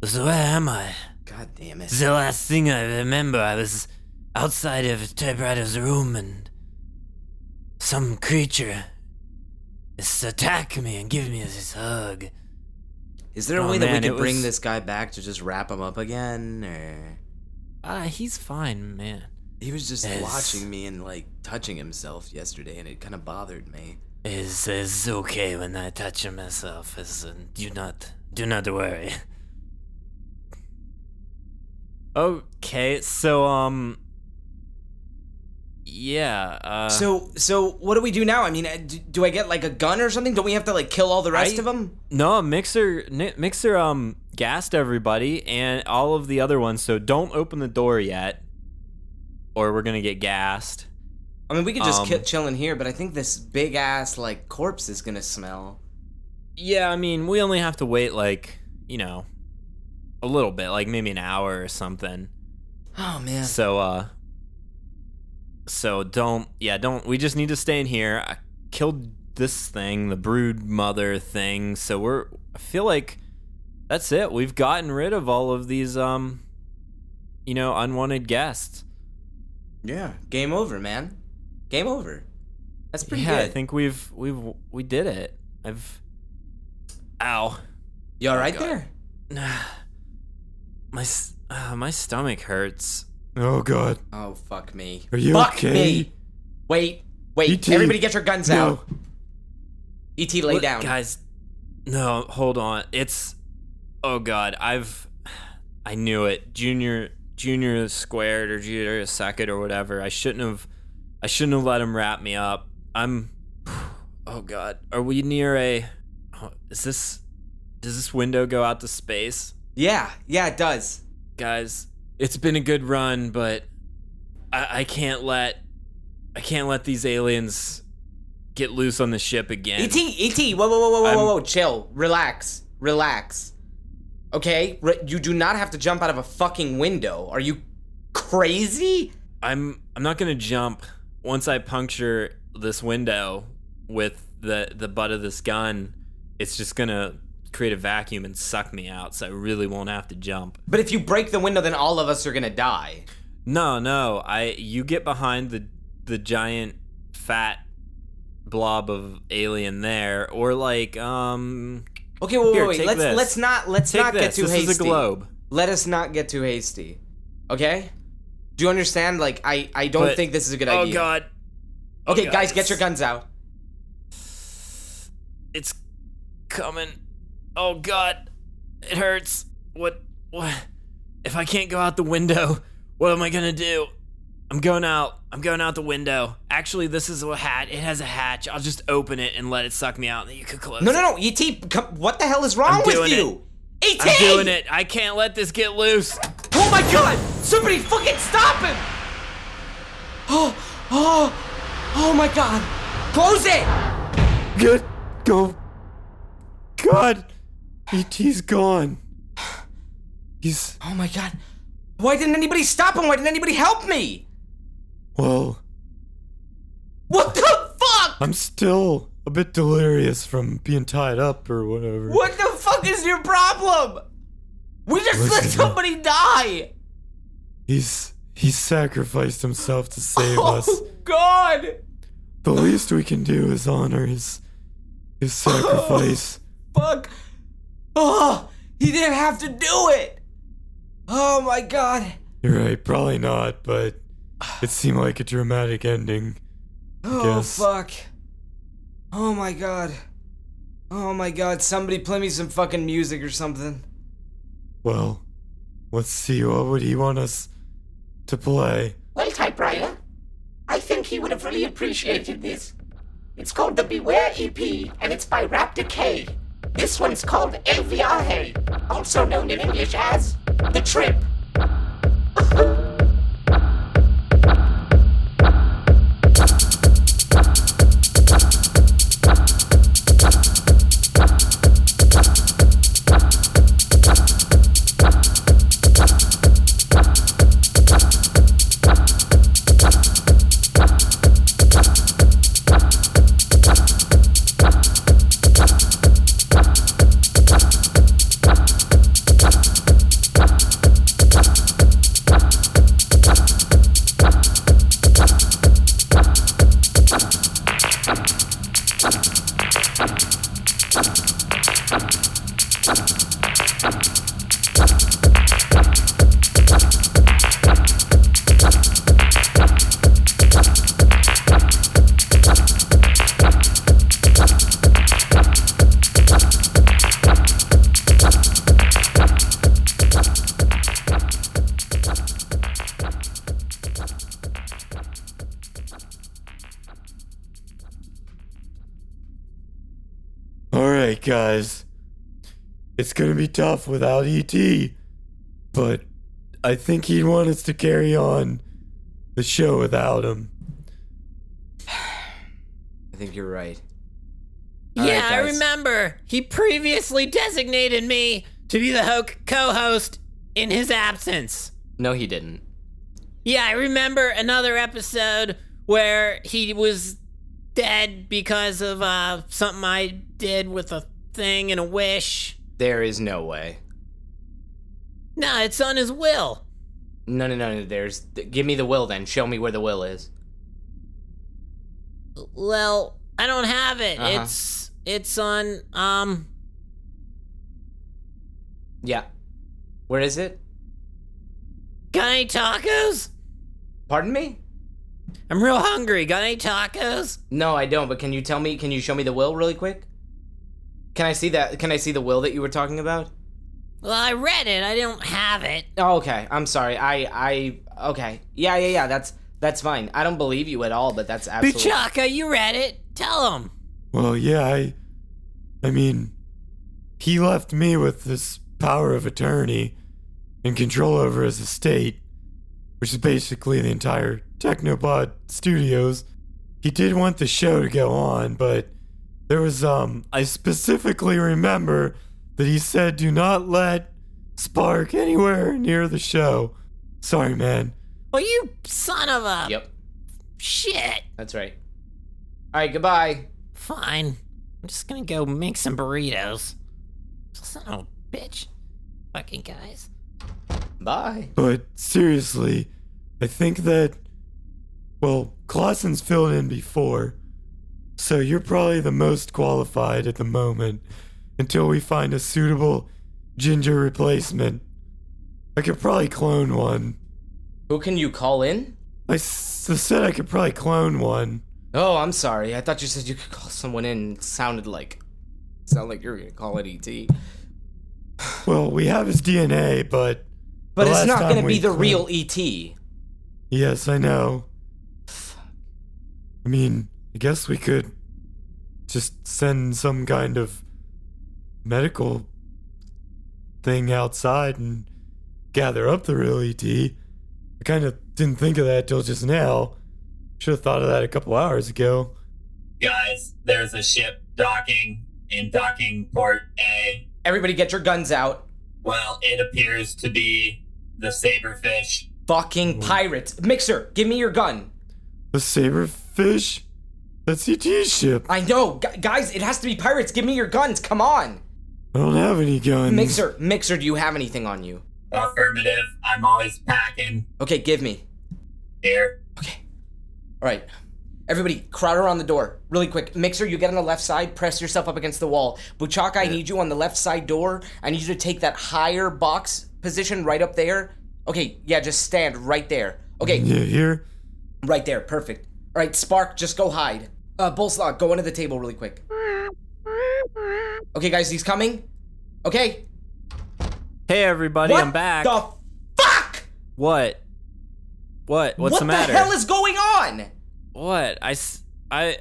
B: is where am I?
F: God damn
B: It's
F: it.
B: the last thing I remember. I was outside of typewriter's room and some creature is attacked me and give me this hug.
F: Is there a
B: Oh,
F: way that
B: man,
F: we
B: it
F: could bring
B: was-
F: this guy back to just wrap him up again? Or
B: Ah, he's fine, man.
F: he was just
B: Yes.
F: watching me and like touching himself yesterday, and it kind of bothered me.
B: It's, it's okay when I touch him myself. It's, uh, do not do not worry. Okay, so um, yeah. Uh,
F: So, so what do we do now? I mean, uh, do, do I get like a gun or something? Don't we have to like kill all the rest
B: I-
F: of them?
B: No, Mixer Ni- Mixer um gassed everybody and all of the other ones, so don't open the door yet or we're going to get gassed.
F: I mean, we could just
B: Um,
F: ki- chill in here, but I think this big ass like corpse is gonna smell.
B: Yeah, I mean, we only have to wait like, you know, a little bit, like maybe an hour or something.
F: Oh man.
B: So uh so don't yeah, don't we just need to stay in here. I killed this thing, the brood mother thing. So we're I feel like that's it. We've gotten rid of all of these um you know, unwanted guests.
F: Yeah. Game over, man. Game over. That's pretty
B: yeah,
F: good.
B: I think we've we've we did it. I've ow.
F: you all right
B: Oh, God.
F: there?
B: My s- uh, my stomach hurts. Oh god.
F: Oh fuck me.
B: Are you
F: fuck
B: okay?
F: me. Wait, wait.
B: E.T.,
F: Everybody, get your guns
B: no.
F: out. Et, E lay
B: Look,
F: down.
B: Guys, no, hold on. It's oh god, I've I knew it. Junior junior squared or junior second or whatever. I shouldn't have I shouldn't have let him wrap me up. I'm oh god. Are we near a oh, is this does this window go out to space?
F: Yeah, yeah, it does.
B: Guys, it's been a good run, but I, I can't let I can't let these aliens get loose on the ship again.
F: Et, et, E whoa, whoa, whoa, whoa, whoa,
B: I'm-
F: whoa, chill, relax, relax. Okay, Re- you do not have to jump out of a fucking window. Are you crazy?
B: I'm I'm not gonna jump once I puncture this window with the the butt of this gun. It's just gonna create a vacuum and suck me out, so I really won't have to jump.
F: But if you break the window, then all of us are gonna die.
B: No, no, I you get behind the the giant fat blob of alien there, or like um
F: Okay, wait, wait,
B: Here,
F: wait.
B: take
F: Let's
B: this.
F: let's not let's
B: take
F: not
B: this.
F: get too
B: this
F: hasty.
B: is a globe.
F: Let us not get too hasty. Okay? Do you understand? Like, I I don't
B: But-
F: think this is a good
B: oh
F: idea.
B: god, Oh,
F: Okay,
B: God,
F: guys, get
B: it's-
F: your guns out.
B: it's coming. Oh god, it hurts. What what if I can't go out the window? What am I going to do?
G: I'm going out. I'm going out the window. Actually, this is a hat. It has a hatch. I'll just open it and let it suck me out, and then you can close
F: No,
G: it.
F: no, no, ET, come, what the hell is wrong
G: I'm
F: with
G: doing
F: you? E ET!
G: I'm doing it. I can't let this get loose.
F: Oh my god! Somebody fucking stop him! Oh, oh, oh my god! Close it!
G: Good. Go. God. ET's E gone. He's.
F: Oh my god! Why didn't anybody stop him? Why didn't anybody help me?
G: Well,
F: What the fuck?
G: I'm still a bit delirious from being tied up or whatever.
F: What the fuck is your problem? We just let
G: Listen.
F: somebody die!
G: He's. He sacrificed himself to save us.
F: Oh god!
G: The least we can do is honor his. his sacrifice.
F: Fuck! Oh! He didn't have to do it! Oh my god!
G: You're right, probably not, but it seemed like a dramatic ending.
F: Oh
G: guess.
F: fuck. Oh my god. Oh my god, somebody play me some fucking music or something.
G: Well, let's see, what would he want us to play?
C: Well, typewriter, I think he would have really appreciated this. It's called the Beware EP, and it's by Rap Decay. This one's called El Viaje, also known in English as The Trip.
G: Alright, guys. It's gonna be tough without E.T., but I think he'd want us to carry on the show without him.
F: I think you're right.
H: yeah,
F: right,
H: I
F: guys.
H: remember. He previously designated me to be the ho- co-host in his absence.
F: No, he didn't.
H: Yeah, I remember another episode where he was dead because of uh, something I did with a thing and a wish.
F: There is no way.
H: No, it's on his will.
F: No, no, no, no. There's. th- Give me the will then. Show me where the will is.
H: Well, I don't have it.
F: Uh-huh.
H: It's it's on um
F: Yeah. Where is it?
H: got any tacos?
F: Pardon me?
H: I'm real hungry. Got any tacos?
F: No, I don't. But can you tell me? Can you show me the will really quick? Can I see that? Can I see the will that you were talking about?
H: Well, I read it. I don't have it.
F: Oh, okay. I'm sorry. I. I. Okay. Yeah. Yeah. Yeah. That's. That's fine. I don't believe you at all. But that's absolutely.
H: Chaka, you read it. Tell him.
G: Well, yeah, I. I mean, he left me with this power of attorney and control over his estate, which is basically the entire Technopod Studios. He did want the show to go on, but there was, um, I specifically remember that he said, do not let Spark anywhere near the show. Sorry, man.
H: Well, you son of a
F: Yep.
H: shit.
F: That's right. All right. Goodbye.
H: Fine. I'm just gonna go make some burritos. Son of a bitch. Fucking guys.
F: Bye.
G: But seriously, I think that well, Clausen's filled in before, so you're probably the most qualified at the moment until we find a suitable ginger replacement. I could probably clone one.
F: Who can you call in?
G: I s- I said I could probably clone one.
F: Oh, I'm sorry. I thought you said you could call someone in. It sounded like. Sound like you were gonna call E it ET.
G: Well, we have his DNA, but
F: But
G: The
F: it's
G: last
F: not
G: time
F: gonna
G: we
F: be the E
G: cleaned-
F: real ET.
G: Yes, I know. I mean, I guess we could just send some kind of medical thing outside and gather up the real ET. I kind of didn't think of that till just now. Should have thought of that a couple hours ago.
A: Guys, there's a ship docking in docking port A.
F: Everybody get your guns out.
A: Well, it appears to be the Saberfish.
F: Fucking pirates. Mixer, give me your gun.
G: The Saberfish? That's ET ship.
F: I know. Gu- guys, it has to be pirates. Give me your guns. Come on.
G: I don't have any guns.
F: Mixer, Mixer, do you have anything on you?
A: Affirmative. I'm always packing
F: Okay, give me.
A: here.
F: All right. Everybody, crowd around the door really quick. Mixer, you get on the left side, press yourself up against the wall. Buchaka, I need you on the left side door. I need you to take that higher box position right up there. Okay, yeah, just stand right there. Okay,
G: Yeah, here.
F: right there, perfect. All right, Spark, just go hide. Uh, Bullslog, go under the table really quick. Okay, guys, he's coming. Okay.
B: Hey, everybody,
F: What
B: I'm back.
F: The fuck?
B: what? What? What's
F: what
B: the matter?
F: the hell is going on?
B: What? I, s- I,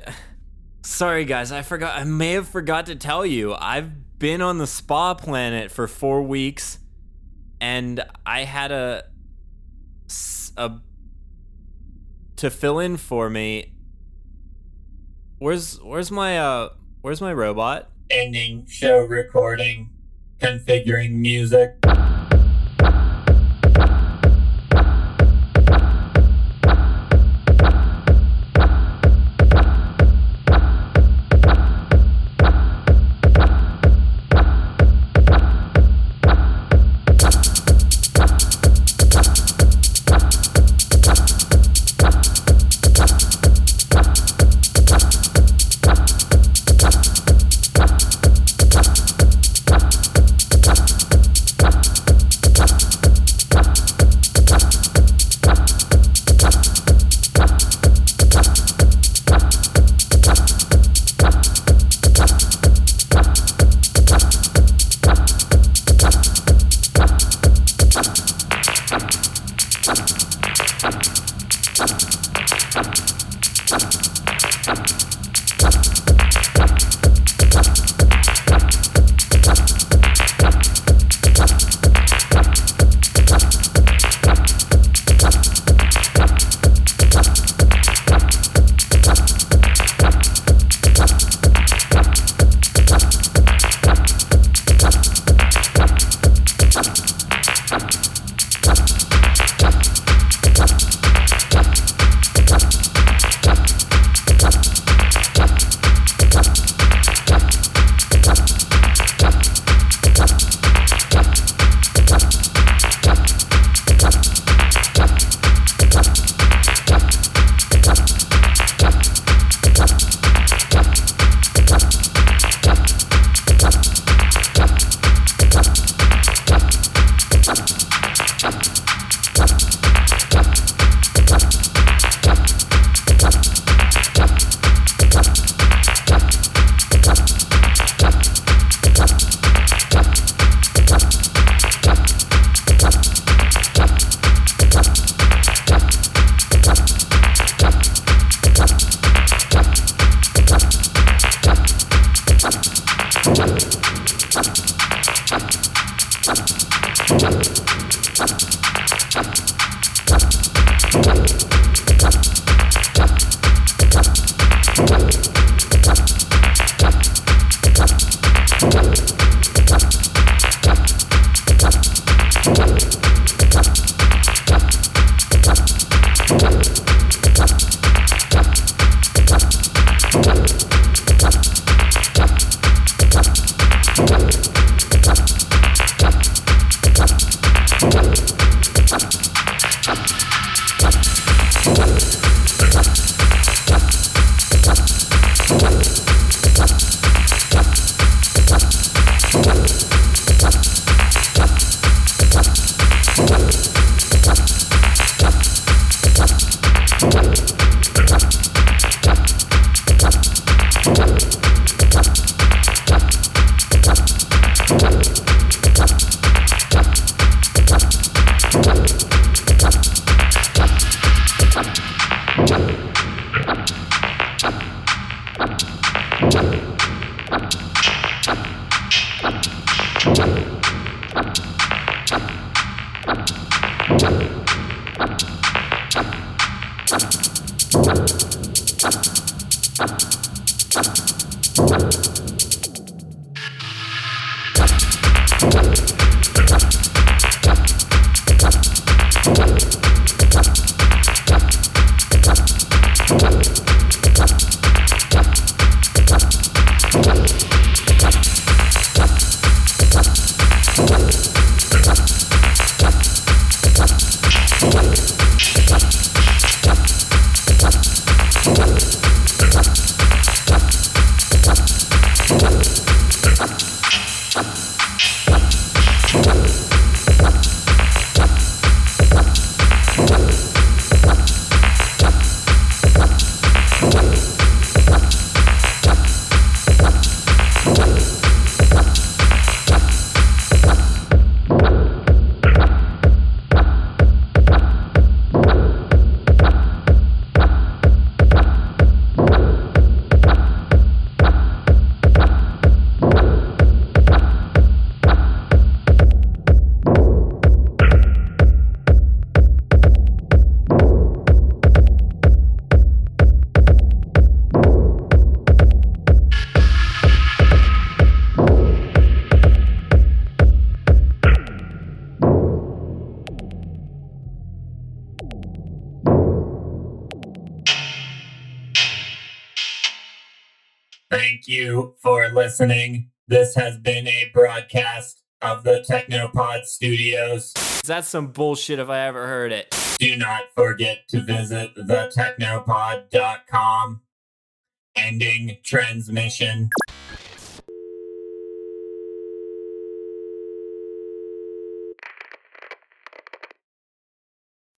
B: sorry guys, I forgot. I may have forgot to tell you. I've been on the spa planet for four weeks, and I had a, s- a, to fill in for me. Where's where's my uh where's my robot?
A: Ending show recording, configuring music.
I: Thank you for listening. This has been a broadcast of the Technopod Studios.
B: That's some bullshit if I ever heard it.
I: Do not forget to visit thetechnopod.com. Ending transmission.